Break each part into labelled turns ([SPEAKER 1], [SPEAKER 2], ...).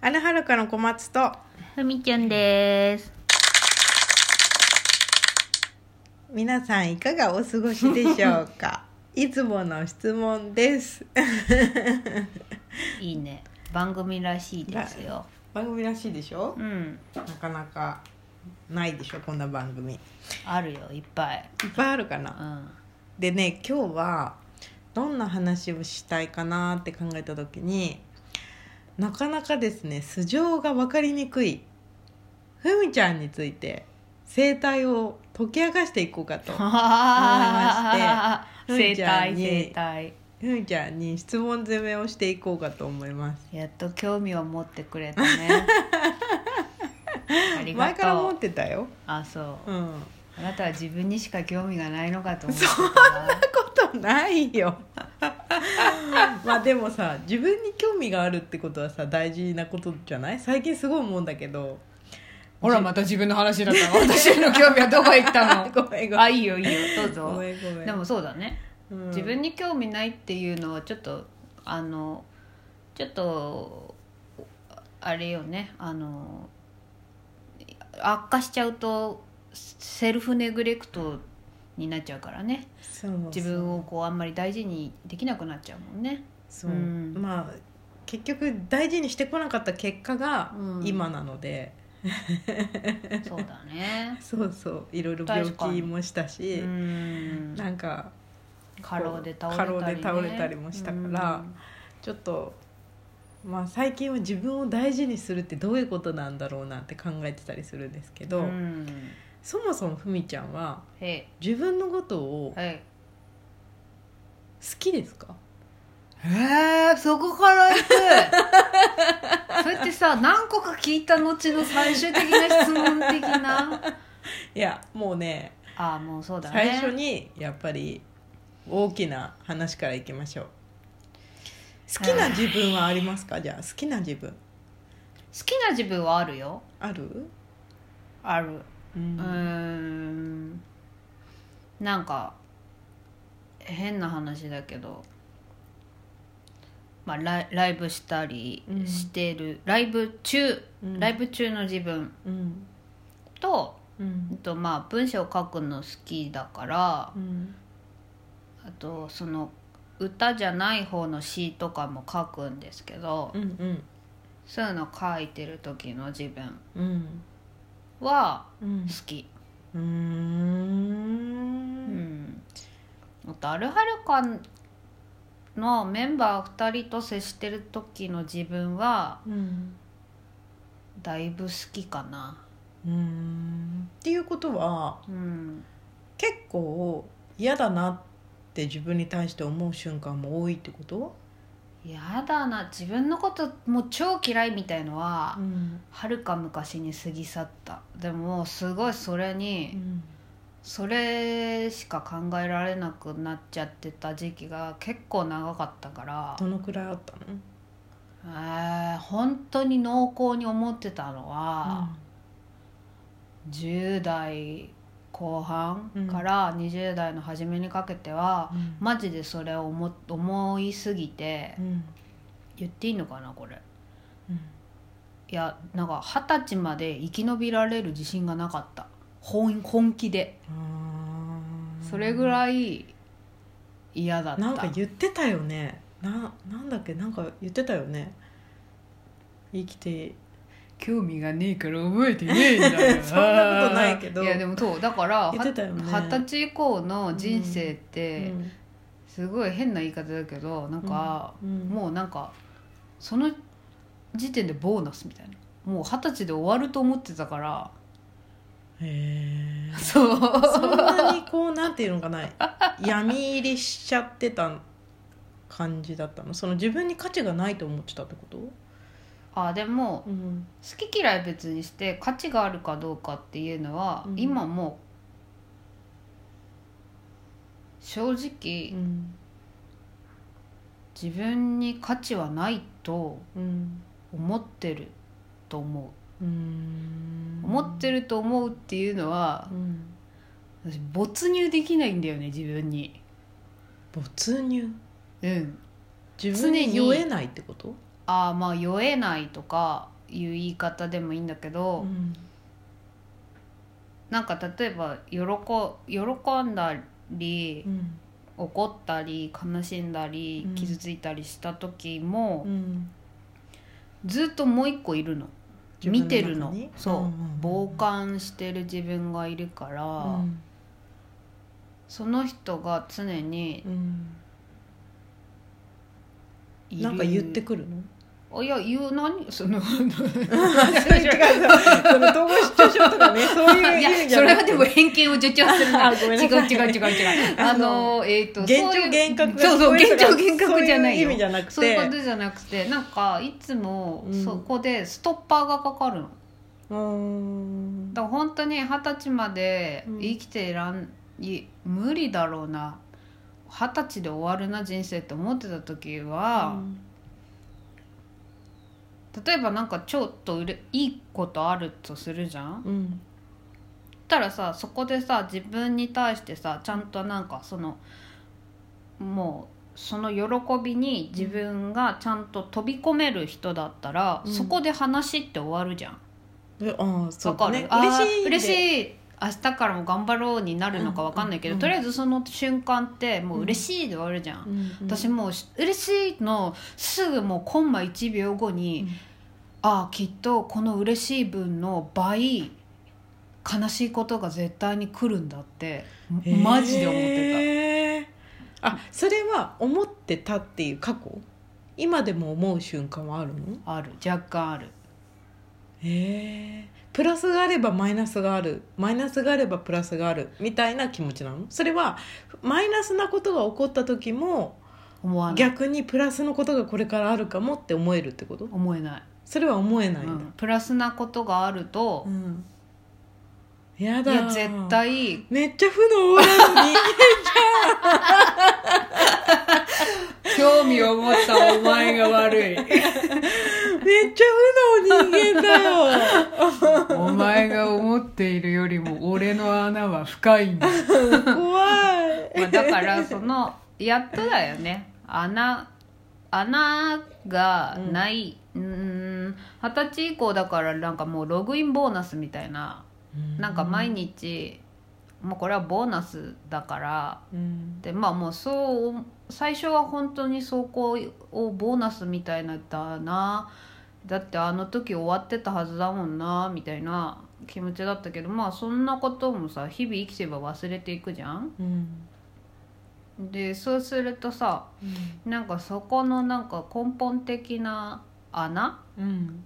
[SPEAKER 1] アナハルカの小松と
[SPEAKER 2] ふみちゃんです。
[SPEAKER 1] 皆さんいかがお過ごしでしょう かいつもの質問です
[SPEAKER 2] いいね。番組らしいですよ。
[SPEAKER 1] 番組らしいでしょ
[SPEAKER 2] うん。
[SPEAKER 1] なかなかないでしょこんな番組いっ
[SPEAKER 2] あるよ。いっぱい。
[SPEAKER 1] ぱいあるか
[SPEAKER 2] う。
[SPEAKER 1] なんでね今日はどんな話をしたいかなって考えた時になかなかですね素性が分かりにくいふみちゃんについて生態を解き明かしていこうかとしてふ
[SPEAKER 2] 生
[SPEAKER 1] みちゃん
[SPEAKER 2] 態
[SPEAKER 1] に
[SPEAKER 2] 生態。
[SPEAKER 1] ふみちゃんに質問攻めをしていこうかと思います
[SPEAKER 2] やっと興味を持ってくれた ね。ありが
[SPEAKER 1] 前から
[SPEAKER 2] と
[SPEAKER 1] 思っ
[SPEAKER 2] う。
[SPEAKER 1] てたよ
[SPEAKER 2] あ、そう。
[SPEAKER 1] うん
[SPEAKER 2] あなたは自分にしか興味がないのかと思ってた。
[SPEAKER 1] ことないよ まあでもさ自分に興味があるってことはさ大事なことじゃない最近すごい思うんだけど。
[SPEAKER 2] ほらまた自分の話だったの。 私の興味はどこ行ったの
[SPEAKER 1] ごめんごめん
[SPEAKER 2] あ、いいよいいよ。ど
[SPEAKER 1] ご
[SPEAKER 2] うぞ。
[SPEAKER 1] めんごめん
[SPEAKER 2] でもそうだね。
[SPEAKER 1] うん
[SPEAKER 2] 自分に興味ないっていうのはちょっとあのちょっとあれよねあの悪化しちゃうとセルフネグレクトになっちゃうからね
[SPEAKER 1] そうそう
[SPEAKER 2] 自分をこうあんまり大事にできなくなっちゃうもん ね
[SPEAKER 1] そう、
[SPEAKER 2] うん
[SPEAKER 1] まあ結局大事にしてこなかった結果が
[SPEAKER 2] うん
[SPEAKER 1] 今なので、
[SPEAKER 2] そうだね
[SPEAKER 1] そうそういろいろ病
[SPEAKER 2] 確か
[SPEAKER 1] 気
[SPEAKER 2] に
[SPEAKER 1] もしたし、
[SPEAKER 2] うん
[SPEAKER 1] なんか
[SPEAKER 2] 過労で倒れた
[SPEAKER 1] 過
[SPEAKER 2] り、ね、
[SPEAKER 1] 労で倒れたりもしたからちょっと、まあ、最近は自分を大事にするってどういうことなんだろうなって考えてたりするんですけ
[SPEAKER 2] う
[SPEAKER 1] ど、
[SPEAKER 2] んうん
[SPEAKER 1] そもそもふみちゃんは
[SPEAKER 2] へ
[SPEAKER 1] 自分のことを
[SPEAKER 2] いはい
[SPEAKER 1] 好きですか
[SPEAKER 2] へえそこから行く そうやってさ何個か聞いた後の最終的な質問的 ない
[SPEAKER 1] やもうね
[SPEAKER 2] ああもうそうだ
[SPEAKER 1] 最
[SPEAKER 2] ね
[SPEAKER 1] 初にやっぱり大きな話からいきましょう好きな自分はありますかじゃあ好きな自分
[SPEAKER 2] 好きな自分はあるよ
[SPEAKER 1] ある
[SPEAKER 2] ある
[SPEAKER 1] う
[SPEAKER 2] うんーんなんか変な話だけどまあライライブしたり
[SPEAKER 1] うん
[SPEAKER 2] してる、ライブ中
[SPEAKER 1] うん
[SPEAKER 2] ライブ中の自分
[SPEAKER 1] うん
[SPEAKER 2] と、
[SPEAKER 1] うん
[SPEAKER 2] うんとまあ文章を書くの好きだから
[SPEAKER 1] うん
[SPEAKER 2] あとその歌じゃない方の詩とかも書くんですけど、
[SPEAKER 1] うんうん
[SPEAKER 2] そういうの書いてる時の自分
[SPEAKER 1] うん
[SPEAKER 2] は
[SPEAKER 1] うん
[SPEAKER 2] 好き、
[SPEAKER 1] うー
[SPEAKER 2] うんん、あとアルハルカのメンバー2人と接してる時の自分は
[SPEAKER 1] うん
[SPEAKER 2] だいぶ好きかな、
[SPEAKER 1] うーんっていうことは
[SPEAKER 2] うん、
[SPEAKER 1] 結構嫌だなって自分に対して思う瞬間も多いってこと、
[SPEAKER 2] やだな自分のこともう超嫌いみたいのは
[SPEAKER 1] ん
[SPEAKER 2] はるか昔に過ぎ去ったでもすごいそれに、
[SPEAKER 1] うん、
[SPEAKER 2] それしか考えられなくなっちゃってた時期が結構長かったから
[SPEAKER 1] どのくらいあったの
[SPEAKER 2] えー本当に濃厚に思ってたのは、10代後半から20代の初めにかけては、
[SPEAKER 1] うん
[SPEAKER 2] マジでそれを思思いすぎて、
[SPEAKER 1] うん
[SPEAKER 2] 言っていいのかなこれ
[SPEAKER 1] うん
[SPEAKER 2] いやなんか二十歳まで生き延びられる自信がなかった本本気で
[SPEAKER 1] あー
[SPEAKER 2] それぐらい嫌だった
[SPEAKER 1] なんか言ってたよねななんだっけなんか言ってたよね生きて
[SPEAKER 2] 興味がねえから覚えてねえんだよ
[SPEAKER 1] そんなことないけど
[SPEAKER 2] いやでもそうだから
[SPEAKER 1] 言
[SPEAKER 2] 二
[SPEAKER 1] ってた
[SPEAKER 2] 十、
[SPEAKER 1] よね
[SPEAKER 2] 歳以降の人生って
[SPEAKER 1] うん
[SPEAKER 2] すごい変な言い方だけどなんか、
[SPEAKER 1] うん
[SPEAKER 2] もうなんかその時点でボーナスみたいなもう二十歳で終わると思ってたから
[SPEAKER 1] へー
[SPEAKER 2] そう
[SPEAKER 1] そんなにこうなんていうのか な闇入りしちゃってた感じだったのその自分に価値がないと思ってたってこと、
[SPEAKER 2] あでも
[SPEAKER 1] うん
[SPEAKER 2] 好き嫌い別にして価値があるかどうかっていうのは、
[SPEAKER 1] うん
[SPEAKER 2] 今もう正直、
[SPEAKER 1] うん
[SPEAKER 2] 自分に価値はないと
[SPEAKER 1] うん
[SPEAKER 2] 思ってると思
[SPEAKER 1] うん
[SPEAKER 2] う思って
[SPEAKER 1] る、
[SPEAKER 2] ると思うっていうのは
[SPEAKER 1] うん、
[SPEAKER 2] 私没入できないんだよね自分に
[SPEAKER 1] 没入
[SPEAKER 2] うん
[SPEAKER 1] 自分に酔えないってこと
[SPEAKER 2] ああまあ酔えないとかいう言い方でもいいんだけど、
[SPEAKER 1] うん
[SPEAKER 2] なんか例えば喜喜んだり
[SPEAKER 1] うん
[SPEAKER 2] 怒ったり悲しんだり
[SPEAKER 1] うん
[SPEAKER 2] 傷ついたりした時も、
[SPEAKER 1] うん
[SPEAKER 2] ずっともう一個いるの
[SPEAKER 1] 自分の
[SPEAKER 2] 見
[SPEAKER 1] 中に
[SPEAKER 2] てるのそう、
[SPEAKER 1] うんうんうん
[SPEAKER 2] 傍観してる自分がいるから、
[SPEAKER 1] うん
[SPEAKER 2] その人が常に
[SPEAKER 1] うん
[SPEAKER 2] いる
[SPEAKER 1] なんか言ってく るの
[SPEAKER 2] あいや言う何 その
[SPEAKER 1] それ違うその統合失調症とかねそういう
[SPEAKER 2] い
[SPEAKER 1] 意
[SPEAKER 2] や
[SPEAKER 1] 味じ
[SPEAKER 2] そ
[SPEAKER 1] ゃ
[SPEAKER 2] れ
[SPEAKER 1] な
[SPEAKER 2] は
[SPEAKER 1] くて
[SPEAKER 2] でも偏見を助長するな
[SPEAKER 1] あごめんなさい
[SPEAKER 2] 違う違う違う 違うあのえっ、と
[SPEAKER 1] 現
[SPEAKER 2] そう
[SPEAKER 1] 状
[SPEAKER 2] いう
[SPEAKER 1] 幻覚が
[SPEAKER 2] そうそう現状幻
[SPEAKER 1] そう
[SPEAKER 2] 覚じゃないいうよ
[SPEAKER 1] 意味じゃなくて
[SPEAKER 2] そういうことじゃなくてなんかいつも
[SPEAKER 1] うん
[SPEAKER 2] そこでストッパーがかかるの、
[SPEAKER 1] うーん
[SPEAKER 2] だから本当に二十歳まで生きていらん、い無理だろうな二十歳で終わるな人生って思ってた時は、例えばなんかちょっとうれいいことあるとするじゃん
[SPEAKER 1] うん
[SPEAKER 2] ったらさそこでさ自分に対してさちゃんとなんかそのもうその喜びに自分がちゃんと飛び込める人だったら、
[SPEAKER 1] うん
[SPEAKER 2] そこで話って終わるじゃん。
[SPEAKER 1] えああそ
[SPEAKER 2] わ
[SPEAKER 1] う
[SPEAKER 2] か
[SPEAKER 1] か
[SPEAKER 2] る、
[SPEAKER 1] ね
[SPEAKER 2] あー
[SPEAKER 1] 嬉しいい
[SPEAKER 2] 嬉しい明日からも頑張ろうになるのかわかんないけ
[SPEAKER 1] う
[SPEAKER 2] ど、
[SPEAKER 1] ん
[SPEAKER 2] とりあえずその瞬間ってもう嬉しいで終わるじゃん。私もうし嬉しいのすぐもうコンマ1秒後に、
[SPEAKER 1] うん
[SPEAKER 2] ああきっとこの嬉しい分の倍悲しいことが絶対に来るんだってマジで思って
[SPEAKER 1] てたあそれは思ってたっていう過去今でも思う瞬間はあるの
[SPEAKER 2] たある若干ある
[SPEAKER 1] へえプラスがあればマイナスがあるマイナスがあればプラスがあるみたいな気持ちなのそれはマイナスなことが起こった時も
[SPEAKER 2] 思わない
[SPEAKER 1] 逆にプラスのことがこれからあるかもって思えるってこと
[SPEAKER 2] 思えない、
[SPEAKER 1] それは思えない
[SPEAKER 2] うん
[SPEAKER 1] だ、
[SPEAKER 2] ん、プラスなことがあると
[SPEAKER 1] う、んやだ
[SPEAKER 2] いや絶対
[SPEAKER 1] めっちゃ負のオー ラの人
[SPEAKER 2] 興味を持ったお前が悪 い
[SPEAKER 1] 間めっちゃ負の人間だ よ
[SPEAKER 2] お前が思っているよりも俺の穴は深いんだ
[SPEAKER 1] 怖い
[SPEAKER 2] まあ、だからそのやっとだよね穴穴がないうん二十歳以降だからなんかもうログインボーナスみたいななんか毎日もうこれはボーナスだから
[SPEAKER 1] うん
[SPEAKER 2] でまあもうそう最初は本当に走行をボーナスみたいなんだなだってあの時終わってたはずだもんなみたいな気持ちだったけどまあそんなこともさ日々生きてれば忘れていくじゃん
[SPEAKER 1] うん
[SPEAKER 2] でそうするとさなんかそこのなんか根本的な穴
[SPEAKER 1] うん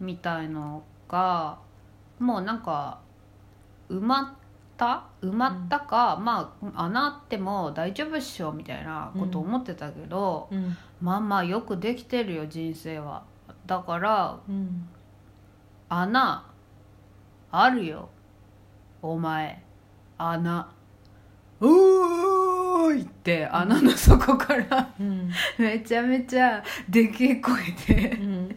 [SPEAKER 2] みたいのがもうなんか埋まった埋まったか、まあ穴あっても大丈夫っしょみたいなこと思ってたけど、
[SPEAKER 1] うん
[SPEAKER 2] まあまあよくできてるよ人生はだから
[SPEAKER 1] うん
[SPEAKER 2] 穴あるよお前穴おーいって穴の底から
[SPEAKER 1] うん
[SPEAKER 2] めちゃめちゃでけえ声
[SPEAKER 1] う
[SPEAKER 2] で
[SPEAKER 1] ん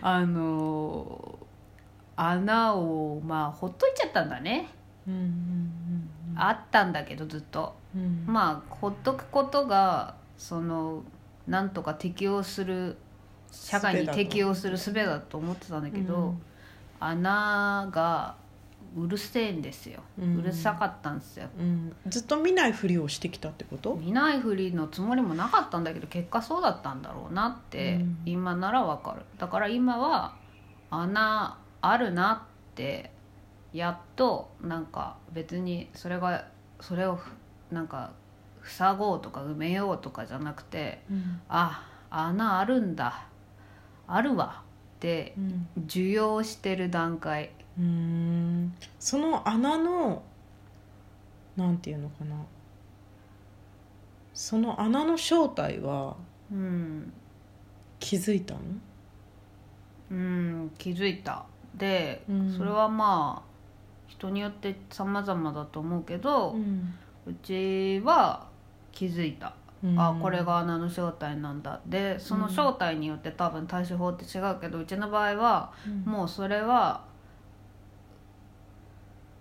[SPEAKER 2] あのー穴をまあほっといちゃったんだね、
[SPEAKER 1] うんうん
[SPEAKER 2] あったんだけどずっと
[SPEAKER 1] うん
[SPEAKER 2] まあほっとくことがそのなんとか適応する社会に適応する術だと思ってたんだけど、穴がうるせえんですよ、
[SPEAKER 1] う
[SPEAKER 2] うんるさかったんですよ
[SPEAKER 1] うんずっと見ないふりをしてきたってこと
[SPEAKER 2] 見ないふりのつもりもなかったんだけど結果そうだったんだろうなって、
[SPEAKER 1] うん
[SPEAKER 2] 今ならわかるだから今は穴あるなってやっとなんか別にそれがそれをふなんか塞ごうとか埋めようとかじゃなくて
[SPEAKER 1] うん
[SPEAKER 2] あ穴あるんだあるわって
[SPEAKER 1] うん
[SPEAKER 2] 受容してる段階
[SPEAKER 1] うーんその穴のなんていうのかなその穴の正体は
[SPEAKER 2] うん
[SPEAKER 1] 気づいたの
[SPEAKER 2] うん気づいたで、
[SPEAKER 1] うん
[SPEAKER 2] それはまあ人によって様々だと思うけど、うちは気づいた、
[SPEAKER 1] うん
[SPEAKER 2] あこれが穴の正体なんだでその正体によって多分対処法って違うけどうちの場合は
[SPEAKER 1] うん
[SPEAKER 2] もうそれは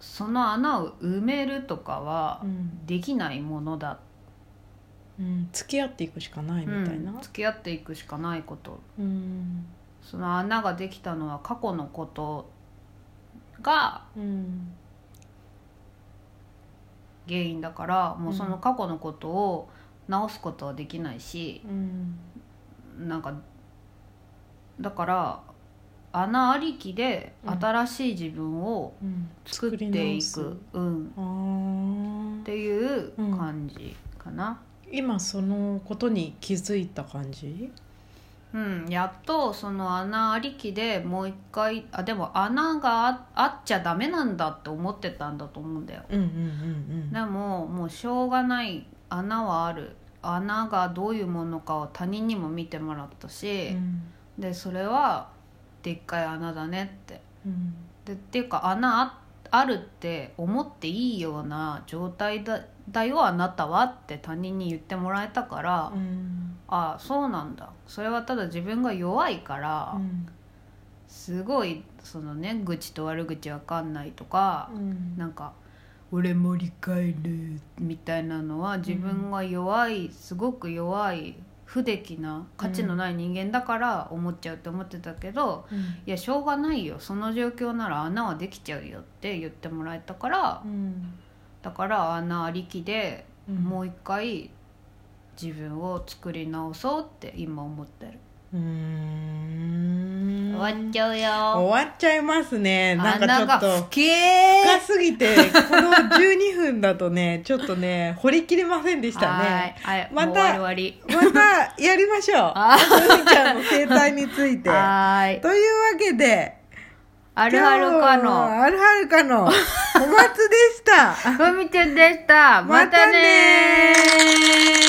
[SPEAKER 2] その穴を埋めるとかは
[SPEAKER 1] うん
[SPEAKER 2] できないものだ、
[SPEAKER 1] うん付き合っていくしかないみたいな
[SPEAKER 2] うん付き合っていくしかないこと
[SPEAKER 1] うん
[SPEAKER 2] その穴ができたのは過去のことが
[SPEAKER 1] うん
[SPEAKER 2] 原因だからもうその
[SPEAKER 1] うん
[SPEAKER 2] 過去のことを直すことはできないし、
[SPEAKER 1] うん
[SPEAKER 2] なんかだから穴ありきで
[SPEAKER 1] うん
[SPEAKER 2] 新しい自分を
[SPEAKER 1] うん
[SPEAKER 2] 作ってい
[SPEAKER 1] 作り
[SPEAKER 2] く、うん、
[SPEAKER 1] 直すあ
[SPEAKER 2] っ
[SPEAKER 1] あ
[SPEAKER 2] ていう
[SPEAKER 1] うん
[SPEAKER 2] 感じかな。
[SPEAKER 1] 今そのことに気づいた感じ
[SPEAKER 2] うん、やっとその穴ありきでもう一回あでも穴がああっちゃダメなんだって思ってたんだと思うんだよ。
[SPEAKER 1] うんうんうん
[SPEAKER 2] でももうしょうがない穴はある穴がどういうものかを他人にも見てもらった
[SPEAKER 1] う
[SPEAKER 2] し、
[SPEAKER 1] ん
[SPEAKER 2] でそれはでっかい穴だねって
[SPEAKER 1] うん
[SPEAKER 2] でっていうか穴ああるって思っていいような状態だだよあなたはって他人に言ってもらえたから、
[SPEAKER 1] うん
[SPEAKER 2] ああそうなんだそれはただ自分が弱いから、
[SPEAKER 1] うん
[SPEAKER 2] すごいそのね愚痴と悪口わかんないとか、
[SPEAKER 1] うん
[SPEAKER 2] なんか「俺も理解る」みたいなのは自分が弱い、すごく弱い不出来な価値のない人間だから思っちゃうって思ってたけど、
[SPEAKER 1] うん
[SPEAKER 2] いやしょうがないよその状況なら穴はできちゃうよって言ってもらえたから
[SPEAKER 1] うん
[SPEAKER 2] だから穴ありきで
[SPEAKER 1] うん
[SPEAKER 2] もう一回自分を作り直そうって今思ってる、
[SPEAKER 1] うーん
[SPEAKER 2] 終わっちゃうよ
[SPEAKER 1] 終わっちゃいますねなんかちょ
[SPEAKER 2] 穴が
[SPEAKER 1] っと深
[SPEAKER 2] 不景
[SPEAKER 1] すぎてこの12分だとね ちょっとね掘りきれませんでしたね
[SPEAKER 2] はいはい、
[SPEAKER 1] また
[SPEAKER 2] もう終わり終わり
[SPEAKER 1] またやりましょう
[SPEAKER 2] あ
[SPEAKER 1] ふみちゃんの生態につ いて
[SPEAKER 2] はーい
[SPEAKER 1] というわけで
[SPEAKER 2] あるあるか
[SPEAKER 1] 今日
[SPEAKER 2] の
[SPEAKER 1] はあるあるかのお祭でした
[SPEAKER 2] ふみちゃんでしたまたね
[SPEAKER 1] またね
[SPEAKER 2] ー